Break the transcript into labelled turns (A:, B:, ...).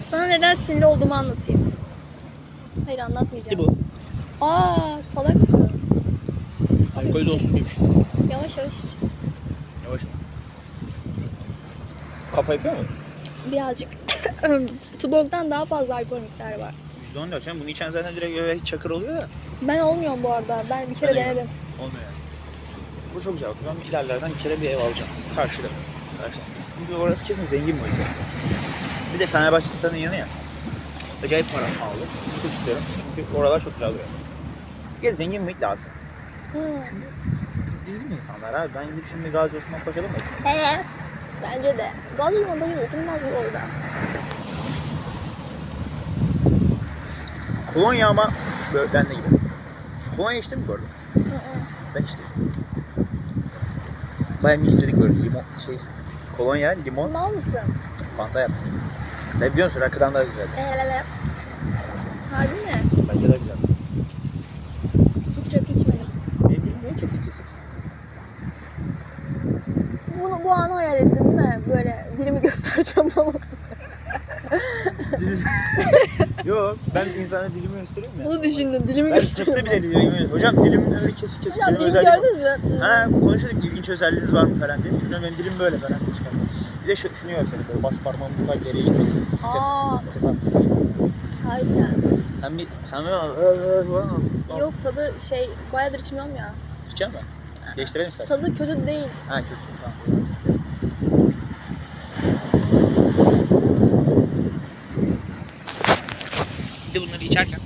A: Sana neden sinirli olduğumu anlatayım. Hayır anlatmayacağım.
B: Gitti bu.
A: Aa salaksın.
B: Alkol dostluymuş.
A: Yavaş yavaş.
B: Yavaş. Kafa yapıyor mu?
A: Birazcık. Tuborg'dan daha fazla alkol miktarı var.
B: %14 canım. Bunu içen zaten direkt öyle çakır oluyor da.
A: Ben olmuyorum bu arada. Ben bir kere
B: Ben de
A: denedim.
B: Olmuyor yani. Bu çok güzel. Ben ilerlerden bir kere bir ev alacağım. Karşıda. Karşıda. Çünkü orası kesin zengin bir ülke. Bir de Fenerbahçe stadının yanı ya. Acayip para pahalı. Çok istiyorum. Çünkü oralar çok güzel duruyor. Bir kere zenginlik lazım.
A: Hı.
B: Düzgün insanlar abi. Ben gidip şimdi Gazi Osman Paşa'da mı oturayım?
A: He. Bence de. Galiba benim okulmaz bu orada.
B: Kolonya ama böyle ben de gibi. Kolonya içtin mi bu arada? Ben içtim. Bayağı mix dedik böyle limon şey kolonya, limon,
A: Mal mısın?
B: fanta yaptık. Ne biliyor musun? Rakıdan daha güzel.
A: Eee. Harbi mi?
B: Bence daha güzel.
A: Hiç rakı içmedim.
B: Benim dilim niye kesik kesik?
A: Bunu bu anı hayal ettin değil mi? Böyle dilimi göstereceğim bana.
B: Yok ben insana dilimi gösteriyorum ya.
A: Bunu düşündüm. Dilimi
B: Ben sınıfta
A: göstereceğim.
B: bile dilimi gösteriyorum. Hocam dilim öyle kesik kesik.
A: Hocam
B: benim
A: dilimi
B: özelliğim
A: gördünüz mü?
B: o. Ha konuşuyorduk ilginç özelliğiniz var mı falan diye. Bilmiyorum benim dilim böyle falan diye çıkardım. Bir de şu, şunu gösterdim böyle baş parmağım bu kadar geriye gitmesin.
A: Aa.
B: Ses attı.
A: Harbiden.
B: Sen bir, sen bir al. al, al, al. Al.
A: Yok tadı şey bayağıdır içmiyorum ya.
B: Gideceğim ben. Değiştirelim istersen.
A: Tadı kötü değil.
B: Ha kötü. Tamam. Bir de bunları içerken